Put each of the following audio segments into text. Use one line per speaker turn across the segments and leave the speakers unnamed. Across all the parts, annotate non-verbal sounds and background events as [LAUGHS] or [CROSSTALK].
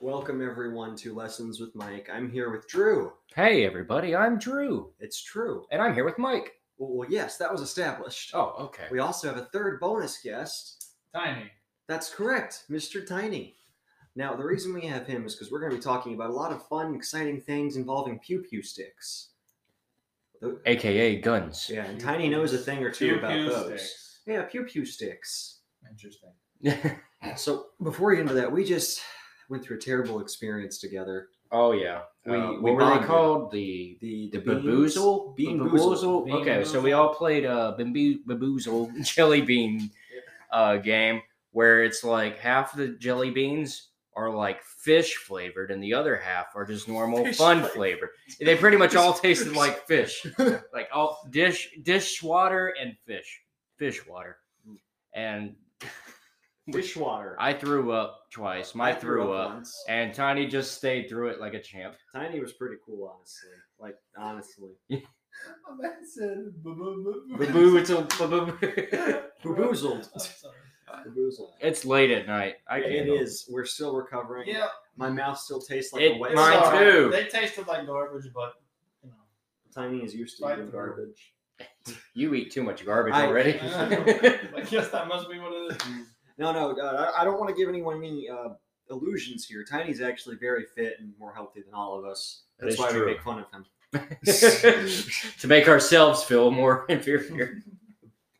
Welcome everyone to Lessons with Mike. I'm here with Drew.
Hey, everybody, I'm Drew,
It's true.
and I'm here with Mike.
Well, well, yes, that was established.
Oh, okay.
We also have a third bonus guest.
Tiny.
That's correct, Mr. Tiny. Now, the reason we have him is because we're going to be talking about a lot of fun, exciting things involving pew pew sticks. Tho-
AKA guns.
Yeah, and Tiny knows a thing or two
Pew
about
pew
those.
sticks.
Yeah, pew pew sticks.
[LAUGHS] Interesting.
[LAUGHS] Uh,
So before we get into that, we just went through a terrible experience together.
oh, yeah.
We-
Uh,
we
what were
bonded.
they called? The
The
the
beans-
baboozle?
bean boozle.
baboozle.
Bean
Okay, so we
boozle.
all played a bimbo- baboozle [LAUGHS] jelly bean uh, game where it's like half the jelly beans are like fish flavored and the other half are just normal
Fish
fun
flavored.
flavored. They pretty
[LAUGHS]
much all tasted like fish. like all dish dish water and fish. Fish water.
Mm.
And
Dishwater.
I threw up twice. My
I
threw, up,
once.
and Tiny just stayed through it like a
[LAUGHS]
champ.
Tiny was pretty cool, honestly. Like honestly,
Oh, that's a
Boo-boo, it's a boo-boo.
Baboozled.
I'm sorry.
Baboozled.
[LAUGHS] It's late at night. I can't.
It is. We're still recovering.
Yeah,
My mouth still tastes like a
It-
wet.
it's
Mine
all
sock.
right.
too.
They tasted like garbage, but you know.
Tiny is used to
Right
eating
through.
garbage.
You eat too much garbage
I- [LAUGHS]
[LAUGHS] already.
I guess that must be what it is.
No, no, uh, I I don't want to give anyone any uh, illusions here. Tiny's actually very fit and more healthy than all of us.
That
That's
is
why
true.
we make fun of him.
[LAUGHS]
[LAUGHS]
to make ourselves feel more [LAUGHS] inferior.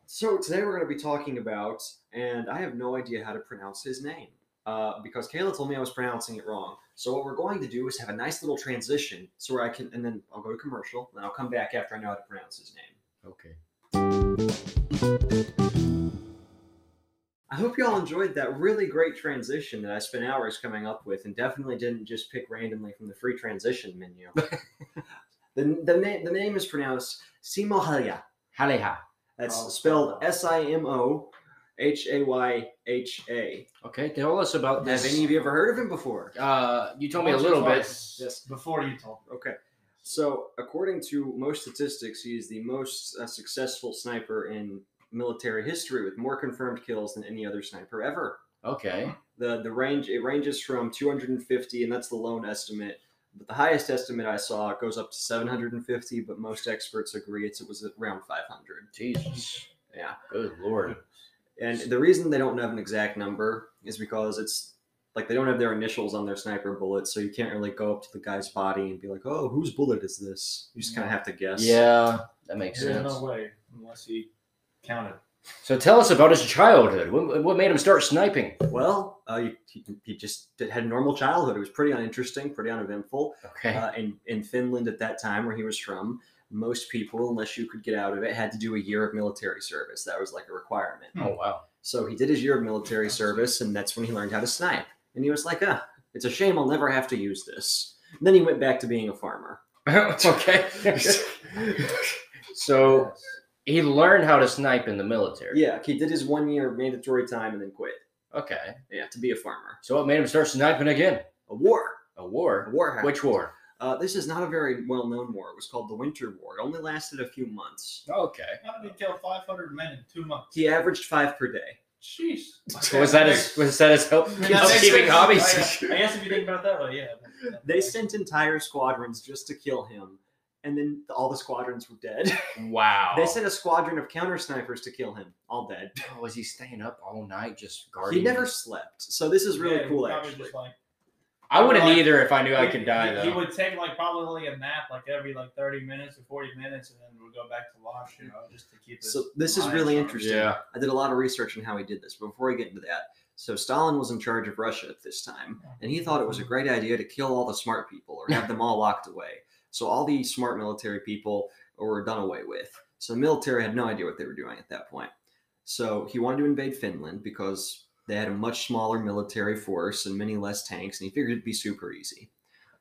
So today we're going to be talking about, and I have no idea how to pronounce his name uh, because Kayla told me I was pronouncing it wrong. So what we're going to do is have a nice little transition, so where I can, and then I'll go to commercial, and I'll come back after I know how to pronounce his name.
Okay.
I hope you all enjoyed that really great transition that I spent hours coming up with, and definitely didn't just pick randomly from the free transition menu.
[LAUGHS]
the the, na- the name is pronounced Simohaya.
Haleha.
That's
Oh,
spelled
wow.
S I M O H A Y H A.
Okay, tell us about
Have
this.
any of you ever heard of him before?
uh, you told me a
Once or
little bit.
twice
Yes.
Before you told me.
Okay. So, according to most statistics, he is the most uh, successful sniper in military history with more confirmed kills than any other sniper ever.
Okay.
The the range it ranges from 250 and that's the lone estimate, but the highest estimate I saw goes up to 750, but most experts agree it's it was around 500.
Jesus.
Yeah.
Good lord.
And the reason they don't have an exact number is because it's like they don't have their initials on their sniper bullets, so you can't really go up to the guy's body and be like, "Oh, whose bullet is this?" You just kind of have to guess.
Yeah, that makes
There's
sense.
no way unless he counted.
So tell us about his childhood. What, what made him start sniping?
Well, uh, he- he, he just did- had a normal childhood. It was pretty uninteresting, pretty
[LAUGHS]
uneventful.
Okay.
Uh, in, in Finland at that time, where he was from, most people, unless you could get out of it, had to do a year of military service. That was like a requirement.
oh wow. [LAUGHS]
So he did his year of military service, and that's when he learned how to snipe. And he was like, ah, it's a shame I'll never have to use this. And then he went back to being a farmer. [LAUGHS]
okay. so he learned how to snipe in the military.
Yeah, he did his one year of mandatory time and then quit.
Okay.
Yeah, to be a farmer.
So what made him start sniping again?
A war.
A
A
war.
war happened.
Which war?
Uh, this is not a very well known war. It was called the Winter War. It only lasted a few months.
Okay.
How did he kill 500 men in two months?
He averaged five per day.
Jeez.
So was that
[LAUGHS]
his was that his help
I mean, that makes
housekeeping [LAUGHS]
sense.
hobbies?
I, I guess if you think about it that way, yeah.
They sent entire squadrons just to kill him, and then all the squadrons were dead. [LAUGHS]
Wow.
they sent a squadron of counter snipers to kill him, all dead.
Oh, was he staying up all night just guarding?
He never slept, so this is really
Yeah, he
cool,
probably
actually.
just, like,
I wouldn't
Like,
either if I knew I could die
he,
though.
He would take like probably a nap like every like 30 minutes or 40 minutes, and then we'd go back to watch, you know, just to keep it.
So this is really interesting.
yeah.
I did a lot of research on how he did this. But before I get into that, so Stalin was in charge of Russia at this time, and he thought it was a great idea to kill all the smart people or have them all locked away. So all the smart military people were done away with. So the military had no idea what they were doing at that point. So he wanted to invade Finland because they had a much smaller military force and many less tanks, and he figured it'd be super easy.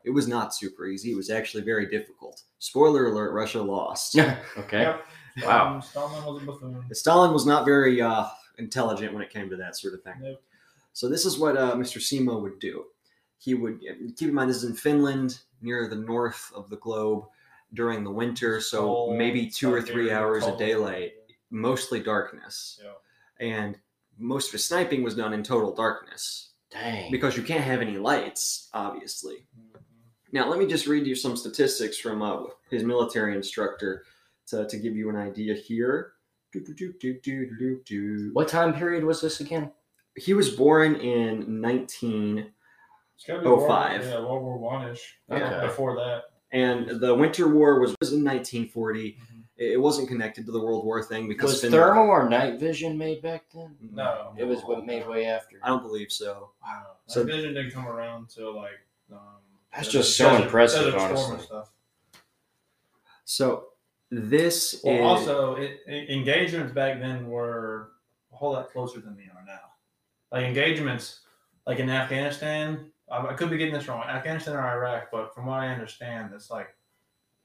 It was not super easy. It was actually very difficult. Spoiler alert: Russia lost.
okay. Wow.
Wow. Um, Stallman was a buffoon.
Stalin was not very uh, intelligent when it came to that sort of thing.
Nope.
So this is what uh, Mr. Simo would do. He would keep in mind this is in Finland, near the north of the globe, during the winter, so
Cold,
maybe two or three
Siberia,
hours of
cold.
daylight, mostly darkness,
So,
and most of his sniping was done in total darkness.
Dang.
because you can't have any lights, obviously.
Mm-hmm.
Now, let me just read you some statistics from uh, his military instructor to, to give you an idea here. Do, do, do, do, do, do, do.
what time period was this again?
He was born in 19,
It's gotta
Oh,
World-
five.
Yeah, World War One ish.
Okay.
Before that.
and the Winter War was, was in 1940.
Mm-hmm.
It it wasn't connected to the World War thing because
Was
Finland-
thermal or night vision made back then?
No.
It was what made way after.
I don't believe so.
Wow.
So-
So vision didn't come around till like. Um,
That's
Desert-
just so
Desert-
impressive,
Desert Storm and
honestly.
stuff.
So this
Well,
is
also it, e- engagements back then were a whole lot closer than they are now. Like engagements, like in Afghanistan, I, I could be getting this wrong. Afghanistan or Iraq, but from what I understand, it's like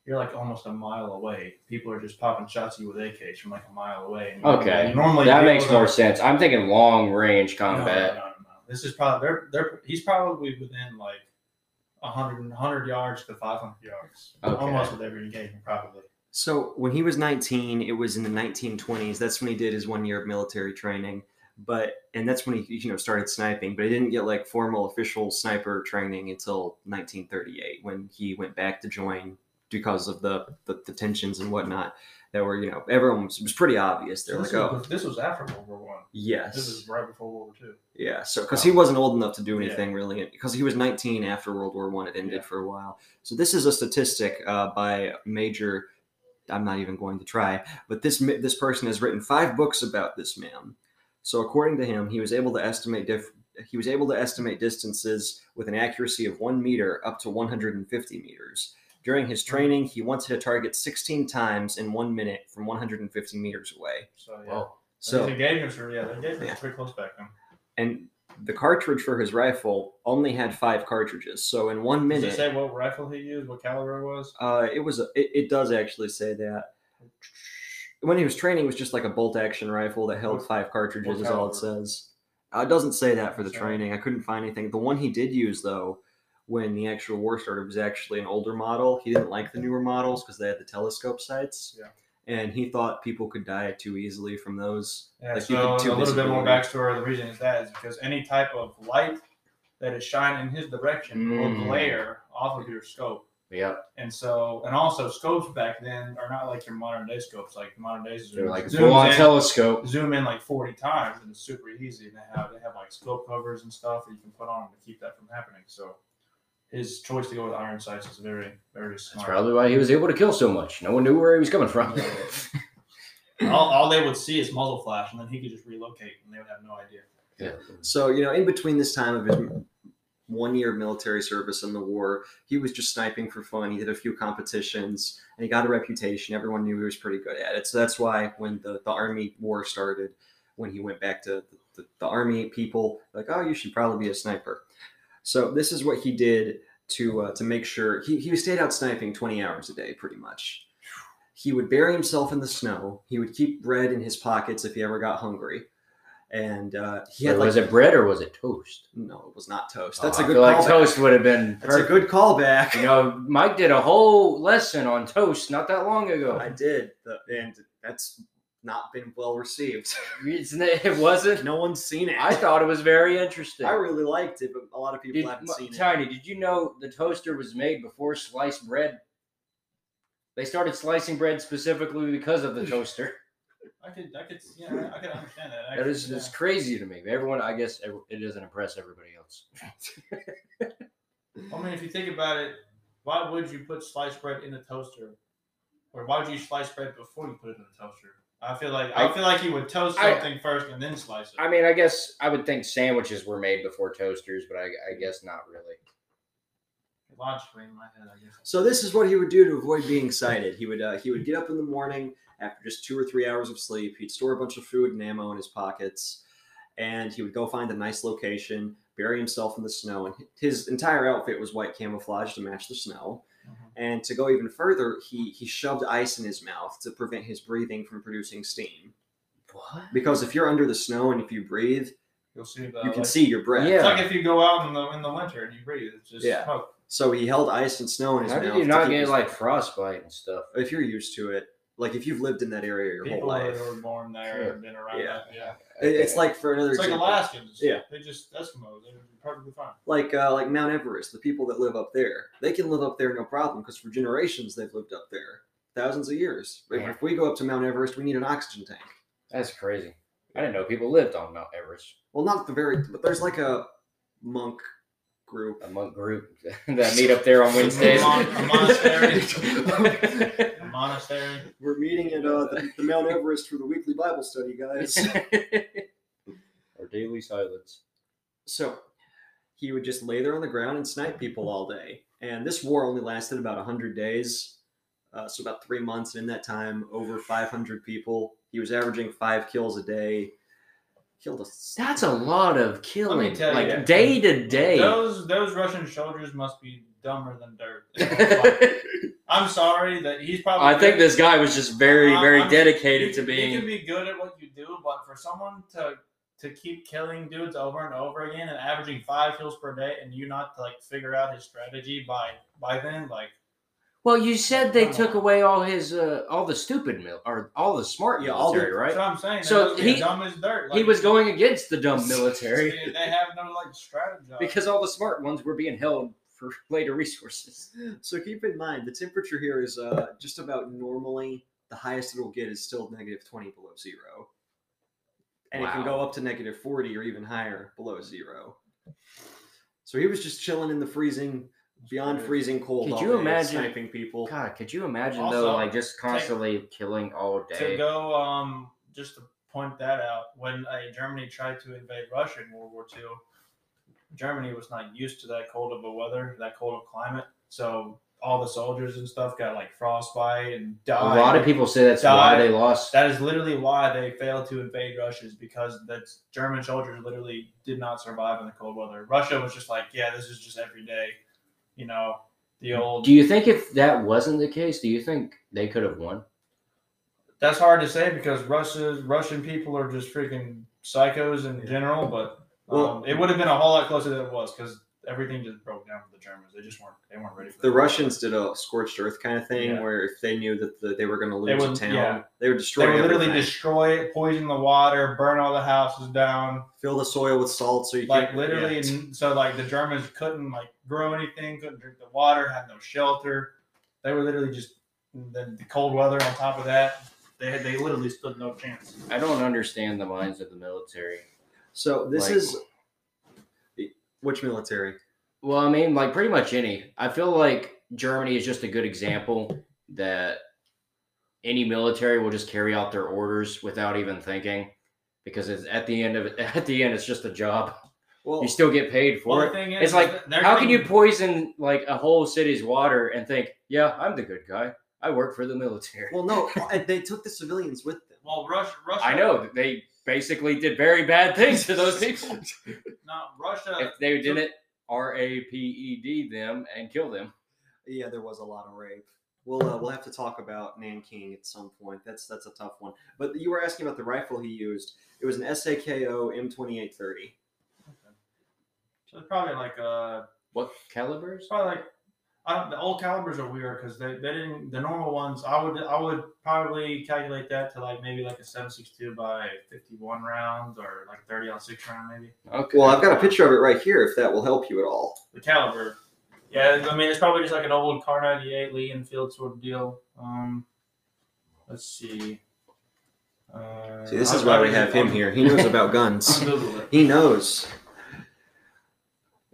you're like almost a mile away. People are just popping shots at you with AKs from like a mile away. And
Okay.
normally
that
people
makes
don't-
more sense. I'm thinking long range
No, no,
combat.
No, no, no. This is probably they're they're he's probably within like 100, 100 yards to 500 yards.
Okay.
Almost with every engagement, probably.
So when he was 19, it was in the 1920s. That's when he did his one year of military training. But and that's when he you know started sniping, but he didn't get like formal official sniper training until 1938 when he went back to join because of the the, the tensions and whatnot that were you know everyone was, it was pretty obvious. They're
So
like,
this,
oh
was, this was after World War One. This
yes,
is right before World War Two.
yeah. So because he
Oh.
wasn't old enough to do
Yeah.
anything really, because he was 19 after World War One, it ended
Yeah.
for a while. So this is a statistic uh, by Major. I'm not even going to try, but this mi- this person has written five books about this man. So according to him, he was able to estimate diff- he was able to estimate distances with an accuracy of one meter up to 150 meters. During his training, he once hit a target 16 times in one minute from 150 meters away.
So yeah.
Whoa.
So
these engagements were yeah, the engagements
Yeah.
were pretty close back then.
and the cartridge for his rifle only had five cartridges. So in one
Does it
minute,
say what rifle he used, what caliber it was?
uh, it was. A, it, it does actually say that. When he was training, it was just like a bolt action rifle that held
What-
five cartridges.
what
Is all it
caliber?
says. Uh, it doesn't say that for the
Sorry.
training. I couldn't find anything. The one he did use though, when the actual war started, was actually an older model. He didn't like the newer models because they had the telescope sights.
Yeah.
And he thought people could die too easily from those.
Yeah,
Like, you
so
can too
a little bit more
visibility.
backstory. The reason is that is because any type of light that is shining in his direction
Mm.
will glare off of your scope.
Yep.
And so, and also scopes back then are not like your modern day scopes. Like modern days,
They're like
zoom
full on
in,
telescope.
zoom in like forty times, and it's super easy. And they have they have like scope covers and stuff that you can put on to keep that from happening. So, his choice to go with iron sights is very very
That's
smart.
probably why he was able to kill so much. No one knew where he was coming from. [LAUGHS]
all, all they would see is muzzle flash, and then he could just relocate, and they would have no idea.
So you know, in between this time of his one year of military service and the war, he was just sniping for fun. He did a few competitions and he got a reputation. Everyone knew he was pretty good at it. So that's why when the, the army war started, when he went back to the, the, the army, people were like, oh, you should probably be a sniper. So this is what he did to uh, to make sure he, he stayed out sniping 20 hours a day, pretty much. He would bury himself in the snow. He would keep bread in his pockets if he ever got hungry. And uh, he had
Wait,
like
was it bread or was it toast?
no, it was not toast. That's
Oh,
a
I
good
feel like
callback.
toast would have been.
That's a
perfect.
good
[LAUGHS] You
callback. [LAUGHS]
know, Mike did a whole lesson on toast not that long ago. [LAUGHS]
I did, the- and that's not been well received. [LAUGHS]
It's- It wasn't.
no one's seen it.
I
[LAUGHS]
thought it was very interesting.
I really liked it, but a lot of people
Did-
haven't
Ma-
seen it.
Tiny, did you know the toaster was made before sliced bread? They started slicing bread specifically because of the toaster.
I could, I could, yeah, I could understand that.
That is
actually,
it's
yeah.
crazy to me. Everyone, I guess, ev- it doesn't impress everybody else.
I mean, if you think about it, why would you put sliced bread in the toaster, or why would you slice bread before you put it in the toaster? I feel like I,
I-
feel like you would toast
I-
something first and then slice it.
I mean, I guess I would think sandwiches were made before toasters, but I, I guess not really.
Logically, in my head, I guess.
So this is what he would do to avoid being sighted. He would uh, he would get up in the morning after just two or three hours of sleep. He'd store a bunch of food and ammo in his pockets, and he would go find a nice location, bury himself in the snow. And his entire outfit was white camouflage to match the snow.
Mhm.
And to go even further, he he shoved ice in his mouth to prevent his breathing from producing steam.
What?
Because if you're under the snow and if you breathe,
You'll see the.
you can
like-
see your breath.
Uh, Yeah.
It's like if you go out in the in the winter and you breathe, it's just
Yeah.
smoke.
So he held ice and snow in his
How
mouth.
did you
to
not
keep
get
his-
like frostbite and stuff?
if you're used to it, Like if you've lived in that area your
People
whole life,
that were born there
Sure.
and been around
Yeah.
that. Yeah.
It- it's like for another
It's like
example,
Alaskans.
Yeah.
They just Eskimos. They're perfectly fine.
like uh, like Mount Everest, the people that live up there, they can live up there no problem because for generations they've lived up there, thousands of years. But
Yeah.
if we go up to Mount Everest, we need an oxygen tank.
That's crazy. I didn't know people lived on Mount Everest.
Well, not the very, but there's like a monk group.
A monk group [LAUGHS] that meet up
[LAUGHS]
there on Wednesdays.
Mon- a monastery. A monastery.
We're meeting at uh, the, the Mount Everest for the weekly Bible study, guys.
[LAUGHS] or daily silence.
[LAUGHS] so he would just lay there on the ground and snipe people all day. And this war only lasted about 100 days, uh, so about three months. And in that time, over 500 people. He was averaging five kills a day. Killed a
That's a lot of
Let
killing.
me tell you.
Like day to day.
Those those Russian soldiers must be dumber
[LAUGHS]
than dirt. I'm sorry that he's probably.
I think this guy was just very,
I'm-
very
I'm-
dedicated to
You
being.
can be good at what you do, but for someone to to keep killing dudes over and over again and averaging five kills per day, and you not to like figure out his strategy by by then, like
Well, you said
Oh.
they took away all his, uh, all the stupid mil or all the smart
Yeah, all the-
military,
that's
right?
what I'm saying. They
So
must be
he-
dumb as dirt.
He
like,
was going against the dumb
They, [LAUGHS]
military
they have no like strategy.
because all the smart ones were being held for [LAUGHS] later resources.
So keep in mind the temperature here is uh, just about normally the highest it'll get is still negative 20 below zero. And it can
Wow.
go up to negative 40 or even higher below zero. So he was just chilling in the freezing, beyond freezing cold.
Could
all
you
day,
imagine-
sniping people?
God, could you imagine
Also,
though, like just constantly killing all
to
day?
go um just to point that out when uh, germany tried to invade russia in world war ii germany was not used to that cold of a weather that cold of climate so all the soldiers and stuff got like frostbite and
a
died
lot of people say that's why
Die.
they lost.
that is literally why they failed to invade russia is because the german soldiers literally did not survive in the cold weather russia was just like yeah this is just every day you know the old
Do you think if that wasn't the case, do you think they could have won?
that's hard to say because Russia, Russian people are just freaking psychos in general. But
Well-
um, it would have been a whole lot closer than it was because everything just broke down for the Germans. They just weren't they weren't ready for
The
that.
Russians did a scorched earth kind of thing
Yeah.
where if they knew that the, they were going to
They
lose a
would-
town,
yeah.
they would
They
destroy
would literally
everything.
destroy it, poison the water, burn all the houses down.
Fill the soil with salt so you
Like
can't-
literally,
yeah.
n- so like the Germans couldn't like grow anything, couldn't drink the water, had no shelter. They were literally just the, the cold weather on top of that. They had they literally stood no chance.
I don't understand the minds of the military.
So this
Like-
is which military?
Well, I mean, like pretty much any. I feel like Germany is just a good example that any military will just carry out their orders without even thinking, because it's, at the end of [LAUGHS] it, at the end, it's just a job.
Well,
You still get paid
Well,
for
the
it.
thing is,
It's like
they're
How can you
thinking-
poison like a whole city's water and think, yeah, I'm the good guy. I work for the military.
Well, no, and they took the civilians with them.
Well, Russia,
[LAUGHS]
Russia.
I know that they basically did very bad [LAUGHS] things to those
[LAUGHS]
people.
Not Russia.
if they didn't R A P E D them and kill them.
Yeah, there was a lot of rape. We'll uh, we'll have to talk about Nanking at some point. That's that's a tough one. But you were asking about the rifle he used. It was an SAKO M2830.
So it's probably like uh,
What calibers?
it's probably like I don't. The old calibers are weird because they, they didn't the normal ones. I would I would probably calculate that to like maybe like a seven six two by fifty one rounds or like thirty on six round maybe
Okay.
Well, I've got a picture of it right here. If that will help you at all.
the caliber. Yeah, I mean it's probably just like an old car ninety eight Lee Enfield sort of deal. Um, let's see. Uh,
See, this
I'll
is why we
probably-
have him
I'll-
here. He knows about
I'll
guns.
Google it.
[LAUGHS] He knows.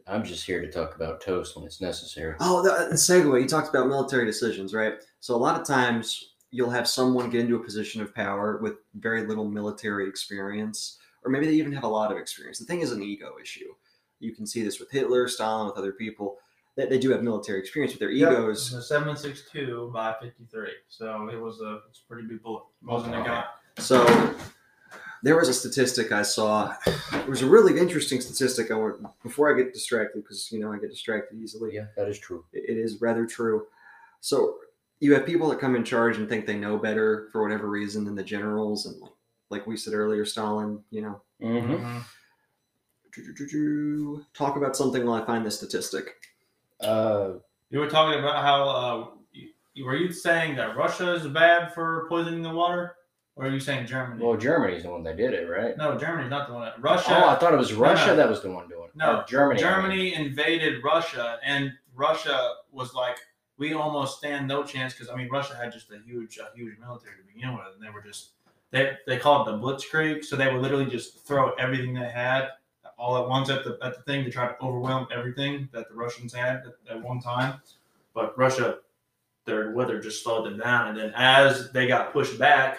I'm just here to talk about toast when it's necessary.
Oh, the, the segue. You talked about military decisions, right? So a lot of times you'll have someone get into a position of power with very little military experience, or maybe they even have a lot of experience. The thing is an ego issue. You can see this with Hitler, Stalin, with other people that they do have military experience, but their egos.
seven six two by fifty three. So it was a it's a pretty big bullet. Wasn't a gun.
So there was a statistic I saw. It was a really interesting statistic. I want before I get distracted because you know I get distracted easily.
Yeah, that is true.
it it is rather true. So you have people that come in charge and think they know better for whatever reason than the generals, and like like we said earlier, Stalin, you know,
Mm-hmm.
"Doo-doo-doo-doo." talk about something while I find this statistic.
Uh,
You were talking about how uh, were you saying that Russia is bad for poisoning the water, or are you saying Germany?
Well, Germany's the one that did it, right?
no, Germany's not the one. That, Russia.
Oh, I thought it was
no.
Russia that was the one doing it.
No,
Or Germany. I mean.
Germany invaded Russia, and Russia was like, "We almost stand no chance." Because I mean, Russia had just a huge, a huge military to begin with, and they were just they they called it the Blitzkrieg, so they would literally just throw everything they had all at once at the at the thing to try to overwhelm everything that the Russians had at, at one time. But Russia, their weather just slowed them down, and then as they got pushed back,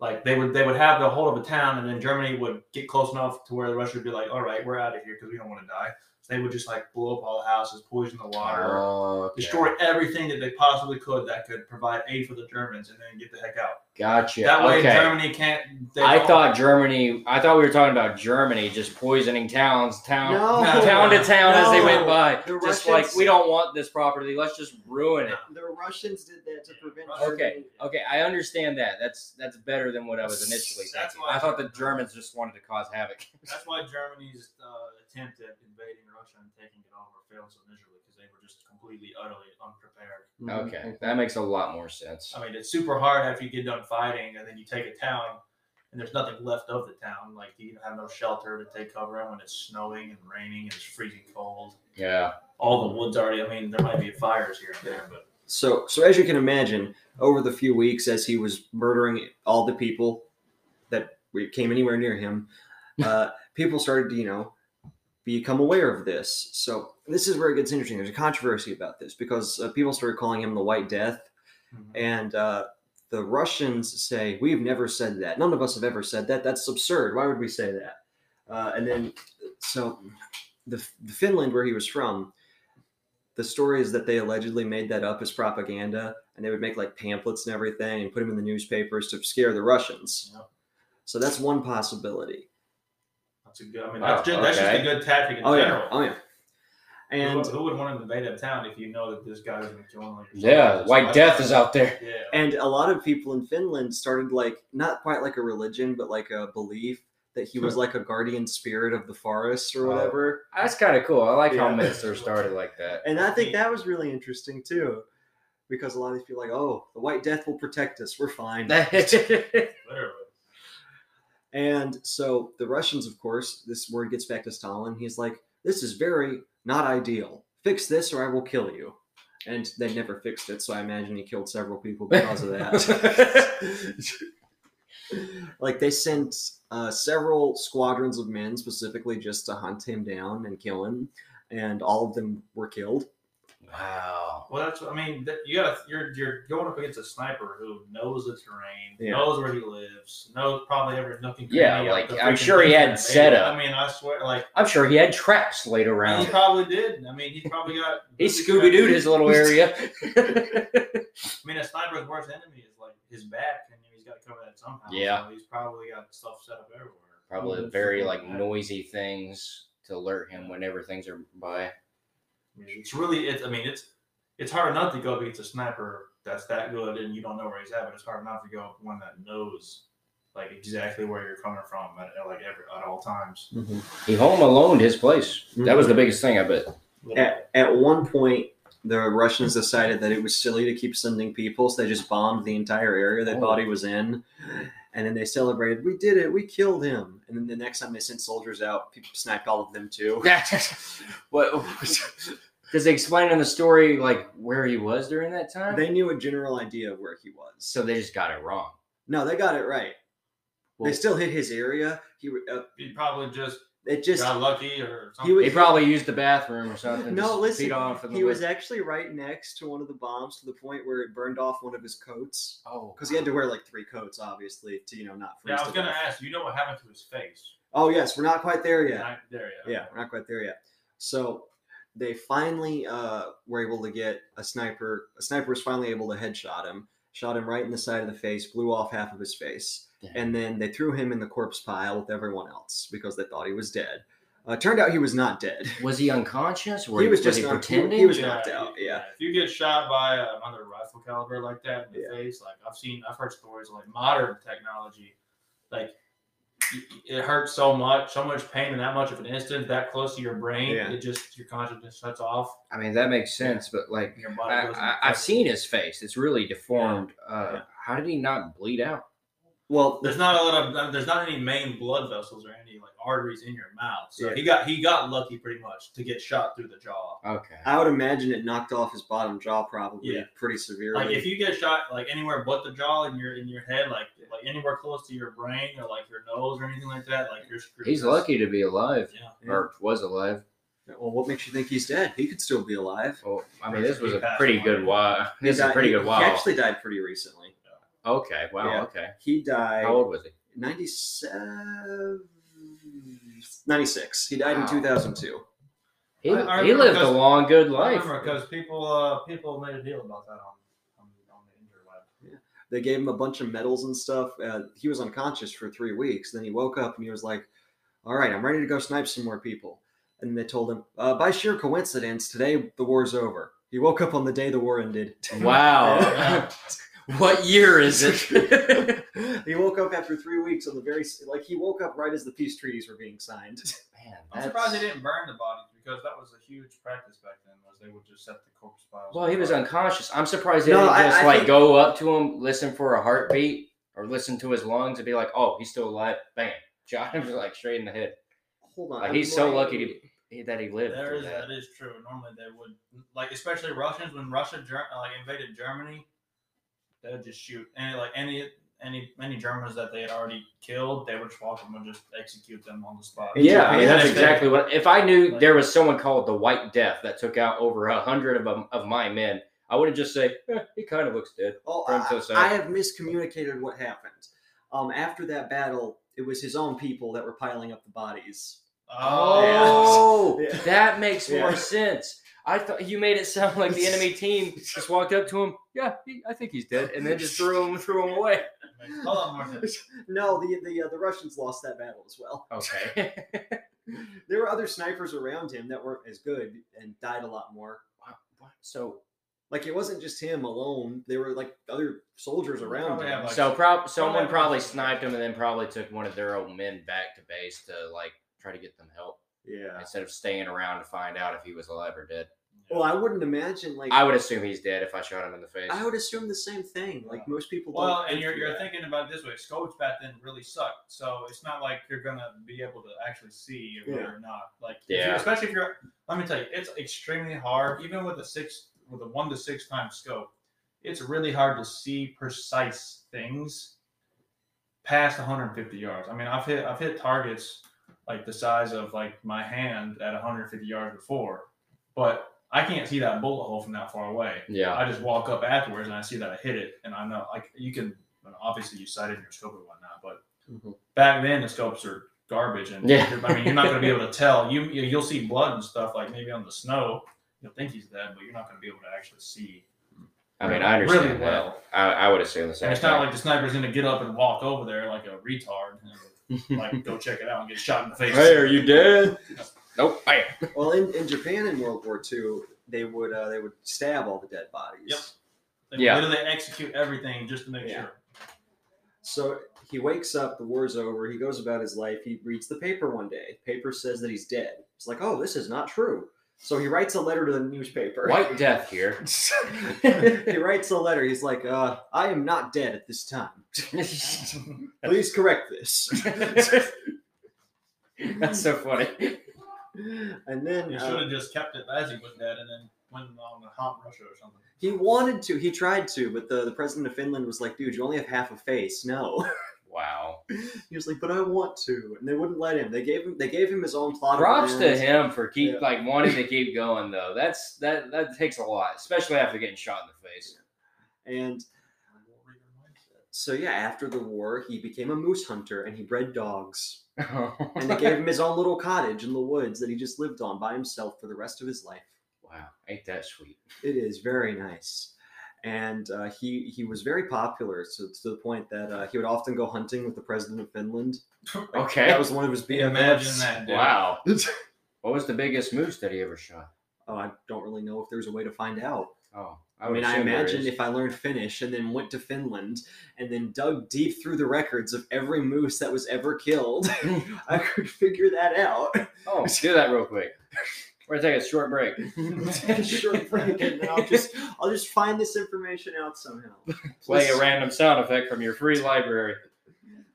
like they would they would have the whole of a town and then germany would get close enough to where the russia would be like all right we're out of here because we don't want to die so they would just like blow up all the houses poison the water
Oh, okay.
destroy everything that they possibly could that could provide aid for the germans and then get the heck out
Gotcha.
that way
okay.
germany can't they
I
don't-
thought Germany. I thought we were talking about Germany just poisoning towns, town,
No.
town to town as they
No.
went by.
The
just
Russians-
like we don't want this property, let's just ruin it.
The Russians did that to prevent.
Okay, okay, I understand that. That's that's better than what I was initially
That's
thinking.
why-
I thought the Germans just wanted to cause havoc. [LAUGHS]
that's why germany's uh, attempt at invading russia and taking it over failed so miserably because they were just completely utterly unprepared
Germany.
Okay, that makes a lot more sense.
I mean, it's super hard after you get done fighting, and then you take a town, and there's nothing left of the town. Like you have no shelter to take cover in when it's snowing and raining and it's freezing cold.
Yeah,
All the woods already. I mean, there might be fires here and there, but
So, so as you can imagine, over the few weeks as he was murdering all the people that we- came anywhere near him, uh, people started to, you know, become aware of this. So this is where it gets interesting. There's a controversy about this because uh, people started calling him the White Death, and uh, the Russians say we've never said that. None of us have ever said that. That's absurd. Why would we say that? Uh, and then, so the, the Finland where he was from, the story is that they allegedly made that up as propaganda, and they would make like pamphlets and everything and put them in the newspapers to scare the Russians.
Yep.
So that's one possibility.
that's a good. I mean,
Wow,
that's, just, that's just
okay.
a good tactic in
Oh yeah,
general.
oh yeah.
who,
And
who would want to invade a town if you know that this guy's going to kill him?
yeah. White Death is out there.
Yeah.
and a lot of people in Finland started like not quite like a religion, but like a belief that he was like a guardian spirit of the forest or
Oh.
whatever.
That's kind of cool. I like how
Yeah.
myths are started like that. [LAUGHS]
And I think that was really interesting too, because a lot of these people are like, oh, the White Death will protect us. We're fine.
Literally.
And so the Russians, of course, this word gets back to Stalin. He's like, this is very not ideal. Fix this or I will kill you. And they never fixed it. So I imagine he killed several people because of that.
[LAUGHS]
like they sent uh, several squadrons of men specifically just to hunt him down and kill him. And all of them were killed.
wow.
Well, that's. what- I mean, that, you got. You're you're going up against a sniper who knows the terrain,
Yeah.
knows where he lives, knows probably every nook and
Yeah,
cranny of
like,
the
I'm
freaking
sure he
place
had
that they-
setup.
I mean, I swear, like
I'm sure he had traps laid around.
he probably did. I mean, he probably
[LAUGHS]
got.
He Scooby Dooed his little area. [LAUGHS]
I mean, a sniper's worst enemy is like his back, and he's got to cover that somehow.
Yeah.
so he's probably got stuff set up everywhere.
Probably very like noisy things to alert him whenever things are by.
I mean, it's really. It's. I mean, it's. It's hard enough to go against a sniper that's that good, and you don't know where he's at. But it's hard enough to go with one that knows, like exactly where you're coming from at, at, like every at all times.
He home alone his place. That was the biggest thing, I bet.
At, at one point, the Russians decided that it was silly to keep sending people, so they just bombed the entire area they
Oh.
thought he was in. And then they celebrated, we did it, we killed him. And then the next time they sent soldiers out, people sniped all of them too.
[LAUGHS] what? Does they explain in the story like where he was during that time?
They knew a general idea of where he was.
so they just got it wrong.
No, they got it right.
Well-
they still hit his area. He uh,
He probably just
it just
got lucky or
He
something.
was-
He probably used the bathroom or something.
no.
just
Listen,
Feet off in the
he was
woods.
actually right next to one of the bombs to the point where it burned off one of his coats
oh,
because he had to wear like three coats, obviously, to you know not freeze.
yeah, I was
to
gonna
death.
ask. You know what happened to his face?
Oh yes, we're not quite there yet.
Not there yet.
Yeah, we're not quite there yet. So they finally uh, were able to get a sniper. A sniper was finally able to headshot him, shot him right in the side of the face, blew off half of his face,
Damn.
and then they threw him in the corpse pile with everyone else because they thought he was dead. Uh, turned out he was not dead.
was he unconscious? Were
He
he
was
was,
just
he
not- he-
pretending?
he was- knocked out,
you-
yeah.
If you get shot by another rifle caliber like that in the
Yeah.
face, like I've seen, I've heard stories like modern technology, like it hurts so much, so much pain in that much of an instant, that close to your brain.
Yeah.
It just your consciousness shuts off.
I mean, that makes sense, but like,
and Your
I,
body goes.
I, I've seen his face. It's really deformed. Uh,
Yeah.
How did he not bleed out?
Well,
There's not a lot of. uh, There's not any main blood vessels or any like arteries in your mouth. So
Yeah.
he got he got lucky pretty much to get shot through the jaw.
Okay.
I would imagine it knocked off his bottom jaw probably
Yeah.
pretty severely.
Like if you get shot like anywhere but the jaw in your in your head, like like anywhere close to your brain or like your nose or anything like that, like you're screwed.
He's lucky to be alive,
Yeah.
Yeah.
or was alive.
well, what makes you think he's dead? He could still be alive.
Well, I mean, this was
He
a
passed
pretty
away.
good while.
He
This is a
died-
pretty
he-
good
He
while.
actually died pretty recently.
Okay. Wow.
Yeah.
Okay.
He died.
How old was he?
97 96 he died
Wow.
in 2002
He,
I- I
he
remember
lived a
because-
long, good life.
because people uh people made a deal about that on on, on the [LAUGHS] interweb.
they gave him a bunch of medals and stuff uh, he was unconscious for three weeks then he woke up and he was like all right i'm ready to go snipe some more people and they told him uh, by sheer coincidence today the war's over he woke up on the day the war ended [LAUGHS]
[LAUGHS]
[LAUGHS]
Wow. what year is it?
he woke up after three weeks on the very like he woke up right as the peace treaties were being signed [LAUGHS]
Man,
I'm surprised they
that's-
didn't burn the bodies because that was a huge practice back then. Was they would just set the corpse piles.
Well, he was unconscious. I'm surprised they
No,
didn't
I-
just
I
like
think-
go up to him, listen for a heartbeat, or listen to his lungs and be like, "Oh, he's still alive." Bam, [LAUGHS] shot him like straight in the head.
hold on
Like,
I'm
Uh, he's so
looking-
lucky to he- that he lived.
There
through
is
that.
that is true. Normally they would like especially Russians when Russia Ger- uh, like invaded Germany, they would just shoot any like any any any Germans that they had already killed, they would just walk them and just execute them on the spot.
In
Yeah, I mean,
Japan,
that's
they-
exactly what. If I knew there was someone called the White Death that took out over a hundred of 'em- of my men, I would have just say, eh, "He kind of looks dead."
Oh,
From
I,
so sad.
I have miscommunicated what happened. Um, after that battle, it was his own people that were piling up the bodies.
[LAUGHS] Oh,
yeah. Yeah.
[LAUGHS] that makes
Yeah.
more sense. I thought you made it sound like the enemy team just walked up to him. Yeah, he, I think he's dead, and then just threw him threw him away.
yeah. Makes a lot more sense.
No, the the uh, the Russians lost that battle as well. [LAUGHS]
Okay.
There were other snipers around him that weren't as good and died a lot more.
[LAUGHS] so
Like it wasn't just him alone. There were like other soldiers around
Probably
him.
have, like-
so prob- someone probably sniped him, and then probably took one of their own men back to base to like try to get them help
yeah.
instead of staying around to find out if he was alive or dead.
Well, I wouldn't imagine like
I would assume he's dead if I shot him in the face.
I would assume the same thing. Like most people. don't
Well, and
think
you're,
through
you're
that.
thinking about it this way. Scopes back then really sucked, so it's not like you're gonna be able to actually see whether
Yeah.
or not. Like, if
Yeah.
you, especially if you're. Let me tell you, it's extremely hard, even with a six, with a one to six time scope. It's really hard to see precise things past 150 yards. I mean, I've hit I've hit targets like the size of like my hand at 150 yards before, but I can't see that bullet hole from that far away. [LAUGHS]
yeah. [LAUGHS]
I just walk up afterwards and I see that I hit it, and I know like you can obviously you sight in your scope and whatnot, but
Mhm.
back then the scopes are garbage, and
Mm-hmm. Yeah.
I mean you're not going to be able to tell. You you- you'll see blood and stuff like maybe on the snow, you'll think he's dead, but you're not going to be able to actually see.
I mean, I understand
really
that.
well.
I, I would assume the same.
And it's not
thing.
like the sniper's going to get up and walk over there like a retard and like go check it out and get shot in the face.
Hey, are you dead? nope. Bam.
Well, in, in Japan in World War II, they would uh, they would stab all the dead bodies.
Yep. They
Yeah.
literally execute everything just to make
Yeah.
sure.
So he wakes up, the war's over, he goes about his life, he reads the paper one day. paper says that he's dead. It's like, oh, this is not true. So he writes a letter to the newspaper.
White Death here.
[LAUGHS] he writes a letter. He's like, uh, I am not dead at this time.
[LAUGHS]
[LAUGHS]
Please correct this. [LAUGHS]
That's so funny.
And then
You
uh,
should have just kept it as he was dead and then went on a hot Russia or something.
he wanted to, he tried to, but the, the president of Finland was like, dude, you only have half a face. No.
Wow.
He was like, but I want to. And they wouldn't let him. They gave him they gave him his own plot. of
Props to
land.
him for keep
Yeah.
like wanting to keep going though. That's that that takes a lot, especially after getting shot in the face.
And So yeah, after the war, he became a moose hunter and he bred dogs. And they gave him his own little cottage in the woods that he just lived on by himself for the rest of his life.
[LAUGHS] wow, ain't that sweet?
It is very nice. And uh, he he was very popular so, to the point that uh, he would often go hunting with the president of Finland.
[LAUGHS]
[LAUGHS]
Okay.
That was one of his BMFs.
Imagine that. Dude.
Wow. what was the biggest moose that he ever shot?
Oh, I don't really know if there's a way to find out.
Oh,
I,
would
mean, I
assume there
imagine
is.
if I learned Finnish and then went to Finland and then dug deep through the records of every moose that was ever killed, [LAUGHS] I could figure that out. [LAUGHS]
Oh, let's do that real quick. We're gonna take a short break.
sure, Frank, and I'll just I'll just find this information out somehow.
Play a random sound effect from your free library.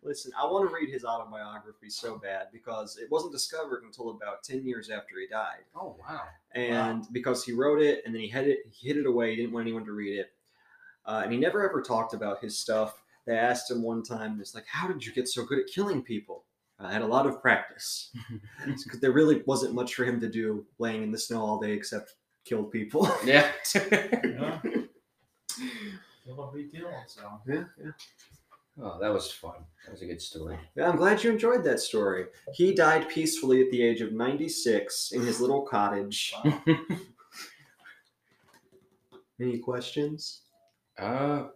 Listen, I want to read his autobiography so bad because it wasn't discovered until about ten years after he died.
Oh wow.
and because he wrote it and then he had it he hid it away he didn't want anyone to read it uh, and he never ever talked about his stuff they asked him one time it's like how did you get so good at killing people Uh, i had a lot of practice because there really wasn't much for him to do laying in the snow all day except kill people [LAUGHS]
Yeah.
You know?
[LAUGHS]
It'll be killed, so.
yeah, yeah.
oh, that was fun. That was a good story. [LAUGHS]
Yeah, I'm glad you enjoyed that story he died peacefully at the age of 96 in his little cottage
Wow.
any questions
Uh,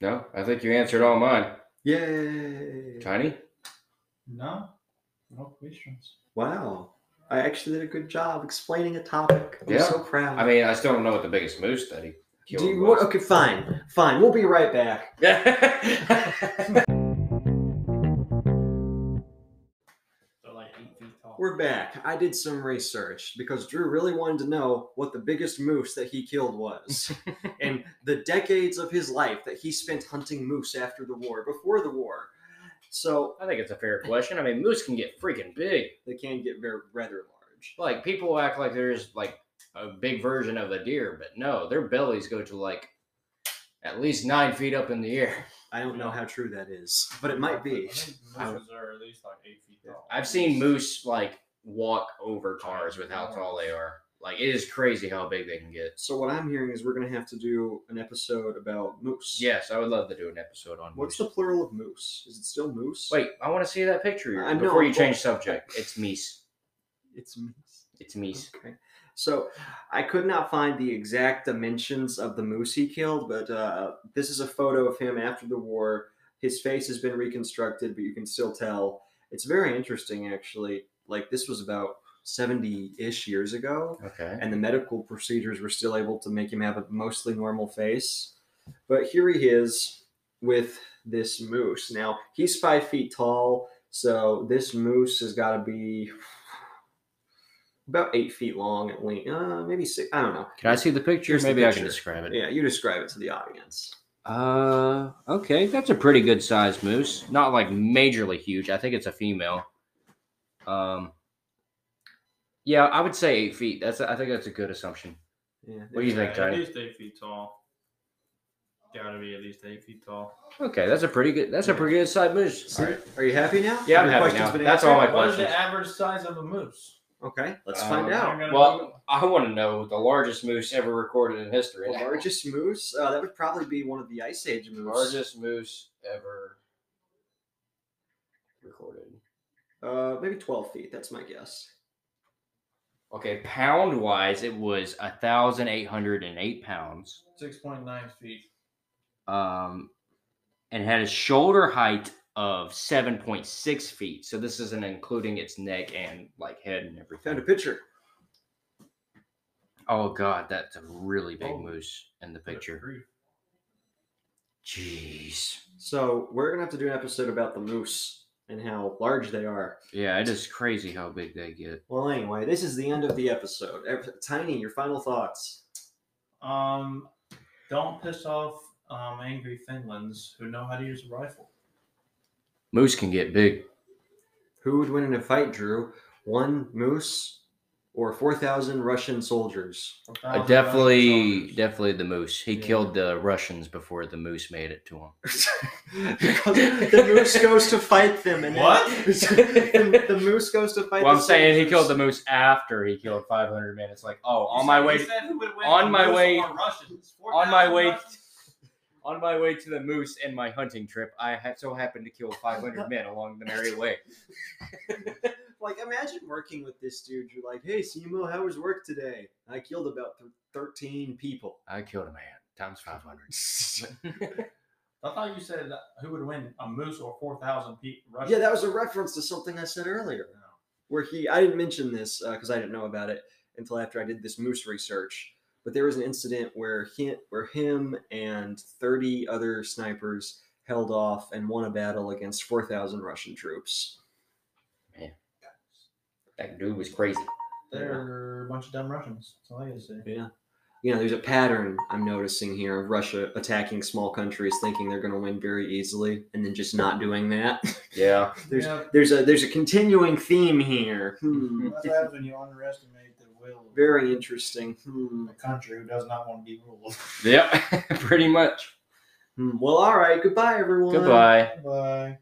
no, I think you answered all mine.
yay
Tiny.
No, no questions.
Wow. I actually did a good job explaining a topic. I'm
Yeah.
so proud.
I mean, I still don't know what the biggest moose that he killed
Do you
was.
want,
[LAUGHS]
okay, fine. Fine. We'll be right back.
They're like eight feet tall.
We're back. I did some research because Drew really wanted to know what the biggest moose that he killed
[LAUGHS]
was and the decades of his life that he spent hunting moose after the war, before the war. So
I think it's a fair question. I mean, moose can get freaking big.
they can get very rather large.
Like people act like there's like a big version of a deer, but no, their bellies go to like at least nine feet up in the air.
I don't know how true that is, but it might be.
[LAUGHS]
I think
I-
mooses are at least like eight feet tall.
I've seen moose like walk over cars with how tall they are. Like it is crazy how big they can get.
So what I'm hearing is we're going to have to do an episode about moose.
Yes, I would love to do an episode on
What's
moose.
the plural of moose? Is it still moose?
Wait, I want to see that picture
I know,
before you
but-
change subject. It's meese.
It's moose.
It's meese.
Okay. So I could not find the exact dimensions of the moose he killed, but uh, this is a photo of him after the war. His face has been reconstructed, but you can still tell. It's very interesting, actually. Like, this was about 70 ish years ago,
Okay.
and the medical procedures were still able to make him have a mostly normal face. But here he is with this moose. Now, he's five feet tall, so this moose has got to be about eight feet long at least. Uh, maybe six. I don't know.
Can I see the picture?
Here's the
Maybe I can
picture.
describe it.
Yeah, you describe it to the audience.
Uh, okay, that's a pretty good sized moose. Not like majorly huge. I think it's a female. Um, yeah, I would say eight feet. That's I think that's a good assumption.
Yeah.
What do you
Yeah,
think, Tony?
At least eight feet tall. Gotta be at least eight feet tall.
Okay, that's a pretty good. That's a pretty good sized moose.
See? Are you happy now?
Yeah, I'm
Your
happy
question's
now.
been
That's all
answered?
my
What is the
questions.
average size of a moose?
Okay, let's
Um,
find out.
I'm gonna Google
Well, I want to know the largest moose ever recorded in history.
The largest moose? Uh, that would probably be one of the Ice Age moose.
largest moose ever recorded.
Uh, maybe 12 feet. That's my guess.
Okay, pound wise, it was a thousand eight hundred and eight pounds.
Six point nine feet.
um, and had a shoulder height of 7.6 feet. So this isn't including its neck and like head and
Found a
everything.
picture.
Oh god, that's a really big
Oh.
moose in the picture. Jeez.
So we're gonna have to do an episode about the moose and how large they are.
Yeah, it is crazy how big they get.
Well, anyway, this is the end of the episode. Ev- Tiny, your final thoughts.
Um, don't piss off um, angry Finlands who know how to use a rifle.
Moose can get big.
Who would win in a fight, Drew? One moose or four thousand Russian soldiers? [LAUGHS]
Uh,
Thousand
definitely,
Russian soldiers.
definitely the moose. He
Yeah.
killed the Russians before the moose made it to him.
because the
[LAUGHS]
moose goes to fight them, and then-
What?
[LAUGHS] the, the moose goes to fight.
Well, I'm
the
saying he
soldiers.
killed the moose after he killed 500 men. It's like, oh, on my
You
way,
said who would win
on
a
my
moose
way-
or Russians?
on my
4,000
way-
Russians?
[LAUGHS] On my way to the moose and my hunting trip, I ha- so happened to kill 500 men along the merry way.
Like, imagine working with this dude. You're like, "Hey, Simo, how was work today? I killed about th- thirteen people."
[LAUGHS] I killed a man times 500. [LAUGHS]
I thought you said that- who would win a moose or four thousand pe- Russians.
Yeah, that was a reference to something I said earlier,
No.
uh, where he I didn't mention this because I didn't know about it until after I did this moose research. But there was an incident where he, where him and 30 other snipers held off and won a battle against 4,000 Russian troops.
That dude was crazy.
They're a bunch of dumb Russians. That's all I gotta say.
Yeah. You know, there's a pattern I'm noticing here of Russia attacking small countries thinking they're going to win very easily and then just not doing that. [LAUGHS]
Yeah.
There's
yeah,
there's a there's a continuing theme here.
[LAUGHS]
Hmm.
that's what happens when you underestimate the will of
Very interesting. Hmm.
a country who does not want to be ruled. [LAUGHS]
Yep. [LAUGHS] Pretty much.
Hmm. Well, all right. Goodbye, everyone.
Goodbye.
Bye.